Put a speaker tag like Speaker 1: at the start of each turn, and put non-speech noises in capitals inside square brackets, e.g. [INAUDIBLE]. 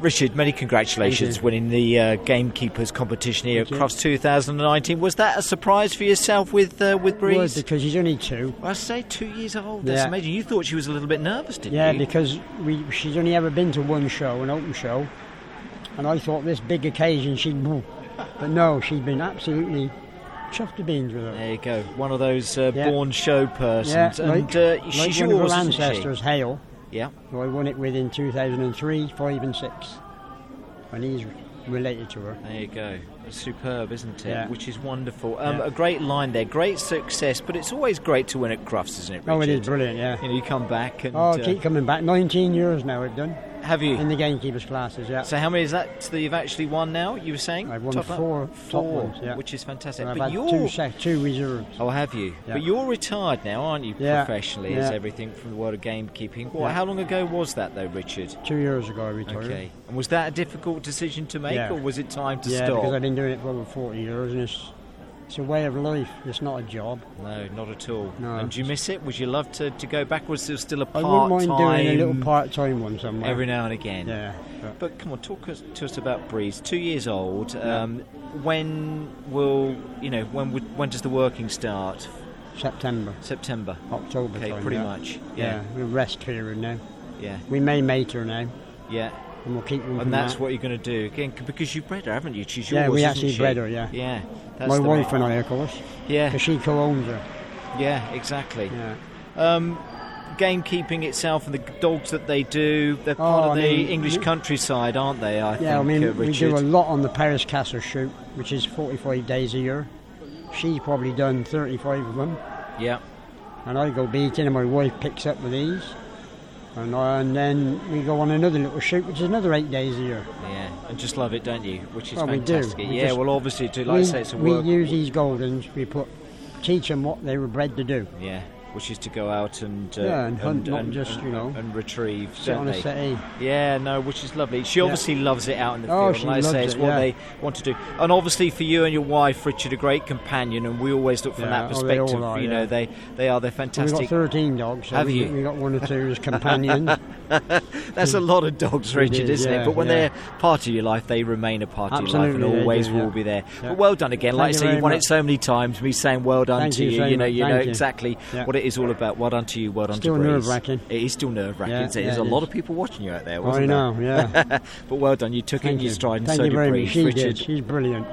Speaker 1: Richard, many congratulations winning the uh, gamekeepers competition here
Speaker 2: Thank you.
Speaker 1: across 2019. Was that a surprise for yourself with uh, with
Speaker 2: Well,
Speaker 1: Breeze?
Speaker 2: because he's only two.
Speaker 1: I say two years old. That's
Speaker 2: Yeah.
Speaker 1: amazing. You thought she was a little bit nervous, didn't
Speaker 2: Yeah,
Speaker 1: you?
Speaker 2: because we she's only ever been to one show, an open show, and I thought this big occasion she'd. woo. But no, she's been absolutely chuffed to beans with her.
Speaker 1: There you go. One of those uh,
Speaker 2: Yeah.
Speaker 1: born show persons, and
Speaker 2: like,
Speaker 1: uh,
Speaker 2: like
Speaker 1: she's
Speaker 2: one
Speaker 1: yours,
Speaker 2: of her
Speaker 1: isn't she?
Speaker 2: ancestors, Hale,
Speaker 1: Yeah.
Speaker 2: who I won it with in 2003, 5 and 6. And he's related to her.
Speaker 1: There you go. It's superb, isn't it?
Speaker 2: Yeah.
Speaker 1: Which is wonderful. Um,
Speaker 2: Yeah.
Speaker 1: A great line there. Great success, but it's always great to win at Crufts, isn't it, Richard?
Speaker 2: Oh, it is brilliant, yeah.
Speaker 1: You know, you come back and
Speaker 2: Oh,
Speaker 1: uh,
Speaker 2: keep coming back. 19 years now I've done
Speaker 1: have you?
Speaker 2: in the gamekeepers classes, yeah.
Speaker 1: So how many is that that you've actually won now? You were saying
Speaker 2: I've won
Speaker 1: Top up?
Speaker 2: four top
Speaker 1: four,
Speaker 2: ones, yeah.
Speaker 1: which is fantastic.
Speaker 2: And I've
Speaker 1: but
Speaker 2: had
Speaker 1: you're
Speaker 2: two, sec- two reserves.
Speaker 1: oh, have you?
Speaker 2: Yeah.
Speaker 1: But you're retired now, aren't you?
Speaker 2: Yeah,
Speaker 1: Professionally, as
Speaker 2: yeah.
Speaker 1: everything from the world of gamekeeping. Well,
Speaker 2: Yeah.
Speaker 1: how long ago was that though, Richard?
Speaker 2: Two years ago I retired.
Speaker 1: Okay. And was that a difficult decision to make,
Speaker 2: Yeah.
Speaker 1: or was it time to
Speaker 2: yeah,
Speaker 1: stop?
Speaker 2: because I've been doing it for over 40 years and it's, it's a way of life. It's not a job.
Speaker 1: No, not at all.
Speaker 2: No.
Speaker 1: And do you miss it? Would you love to, to go back? Was there still a
Speaker 2: I
Speaker 1: part
Speaker 2: wouldn't mind doing a
Speaker 1: time
Speaker 2: little part-time one somewhere.
Speaker 1: every now and again?
Speaker 2: Yeah. but-
Speaker 1: But come on, talk us, to us about Breeze. Two years old. Um, When will you know? When would, when does the working start?
Speaker 2: September,
Speaker 1: September.
Speaker 2: October
Speaker 1: Okay,
Speaker 2: time,
Speaker 1: pretty
Speaker 2: yeah.
Speaker 1: much.
Speaker 2: Yeah,
Speaker 1: Yeah,
Speaker 2: we rest period now.
Speaker 1: yeah,
Speaker 2: We may mate her now,
Speaker 1: yeah.
Speaker 2: and we'll keep them
Speaker 1: And that's what you're going to do again c- because you bred her, haven't you? She's yours.
Speaker 2: Yeah, we
Speaker 1: isn't
Speaker 2: actually
Speaker 1: she?
Speaker 2: bred her, yeah.
Speaker 1: yeah. That's
Speaker 2: My
Speaker 1: the
Speaker 2: wife
Speaker 1: way-
Speaker 2: and I, of course,
Speaker 1: Yeah,
Speaker 2: because she co-owns her.
Speaker 1: yeah, exactly.
Speaker 2: Yeah.
Speaker 1: Um, gamekeeping itself and the dogs that they do, they're part
Speaker 2: Oh,
Speaker 1: of
Speaker 2: I
Speaker 1: the
Speaker 2: mean,
Speaker 1: English
Speaker 2: we-
Speaker 1: countryside, aren't they? I think,
Speaker 2: Yeah, I mean,
Speaker 1: uh,
Speaker 2: we
Speaker 1: Richard.
Speaker 2: do a lot on the Paris Castle shoot, which is 45 days a year. She's probably done 35 of them,
Speaker 1: yeah,
Speaker 2: and I go beating, and my wife picks up with these. And, I, and then we go on another little shoot, which is another eight days a year.
Speaker 1: yeah, and just love it, don't you? Which is
Speaker 2: Well, we do.
Speaker 1: fantastic.
Speaker 2: We
Speaker 1: yeah,
Speaker 2: just-
Speaker 1: well, obviously, do like I
Speaker 2: we,
Speaker 1: say, it's a
Speaker 2: we
Speaker 1: work.
Speaker 2: use these goldens, we put, teach them what they were bred to do.
Speaker 1: yeah, which is to go out and uh,
Speaker 2: Yeah, and hunt, not
Speaker 1: and,
Speaker 2: just, you know,
Speaker 1: and retrieve,
Speaker 2: Sit
Speaker 1: don't
Speaker 2: on
Speaker 1: they?
Speaker 2: a settee.
Speaker 1: Yeah, no, which is lovely. She
Speaker 2: Yeah.
Speaker 1: obviously loves it out in the
Speaker 2: Oh,
Speaker 1: field.
Speaker 2: she
Speaker 1: and like I say,
Speaker 2: loves
Speaker 1: it's
Speaker 2: it,
Speaker 1: what
Speaker 2: yeah.
Speaker 1: they want to do. And obviously for you and your wife, Richard, a great companion, and we always look from
Speaker 2: Yeah,
Speaker 1: that
Speaker 2: oh, they all
Speaker 1: perspective.
Speaker 2: are,
Speaker 1: you
Speaker 2: yeah.
Speaker 1: know, they they are they're
Speaker 2: We've got
Speaker 1: fantastic.
Speaker 2: 13 dogs. So
Speaker 1: Have
Speaker 2: we-
Speaker 1: you?
Speaker 2: we got one or two
Speaker 1: [LAUGHS]
Speaker 2: as companions.
Speaker 1: That's a lot of dogs, Richard,
Speaker 2: is,
Speaker 1: isn't it?
Speaker 2: yeah,
Speaker 1: But when
Speaker 2: yeah.
Speaker 1: they're part of your life, they remain a part of your life
Speaker 2: Absolutely,
Speaker 1: and
Speaker 2: they
Speaker 1: always
Speaker 2: do,
Speaker 1: will
Speaker 2: yeah.
Speaker 1: be there.
Speaker 2: Yeah.
Speaker 1: But well done again.
Speaker 2: Thank
Speaker 1: like I
Speaker 2: you
Speaker 1: say,
Speaker 2: very
Speaker 1: you've won it
Speaker 2: much.
Speaker 1: so many times. Me saying well done
Speaker 2: Thank
Speaker 1: to
Speaker 2: you
Speaker 1: you.
Speaker 2: so
Speaker 1: You know,
Speaker 2: much.
Speaker 1: you know
Speaker 2: Thank you.
Speaker 1: exactly
Speaker 2: Yeah.
Speaker 1: what it is all about. Well done to you. Well done
Speaker 2: Still
Speaker 1: to Breeze.
Speaker 2: nerve-wracking.
Speaker 1: It is still nerve wracking.
Speaker 2: Yeah, yeah,
Speaker 1: There's
Speaker 2: it
Speaker 1: a lot
Speaker 2: is.
Speaker 1: of people watching you out there,
Speaker 2: I
Speaker 1: wasn't there?
Speaker 2: know, yeah.
Speaker 1: [LAUGHS] but well done. You took it in
Speaker 2: Thank
Speaker 1: your
Speaker 2: you.
Speaker 1: stride, and
Speaker 2: Thank
Speaker 1: so
Speaker 2: you
Speaker 1: did
Speaker 2: very
Speaker 1: Breeze.
Speaker 2: much. She
Speaker 1: Richard,
Speaker 2: did. She's brilliant.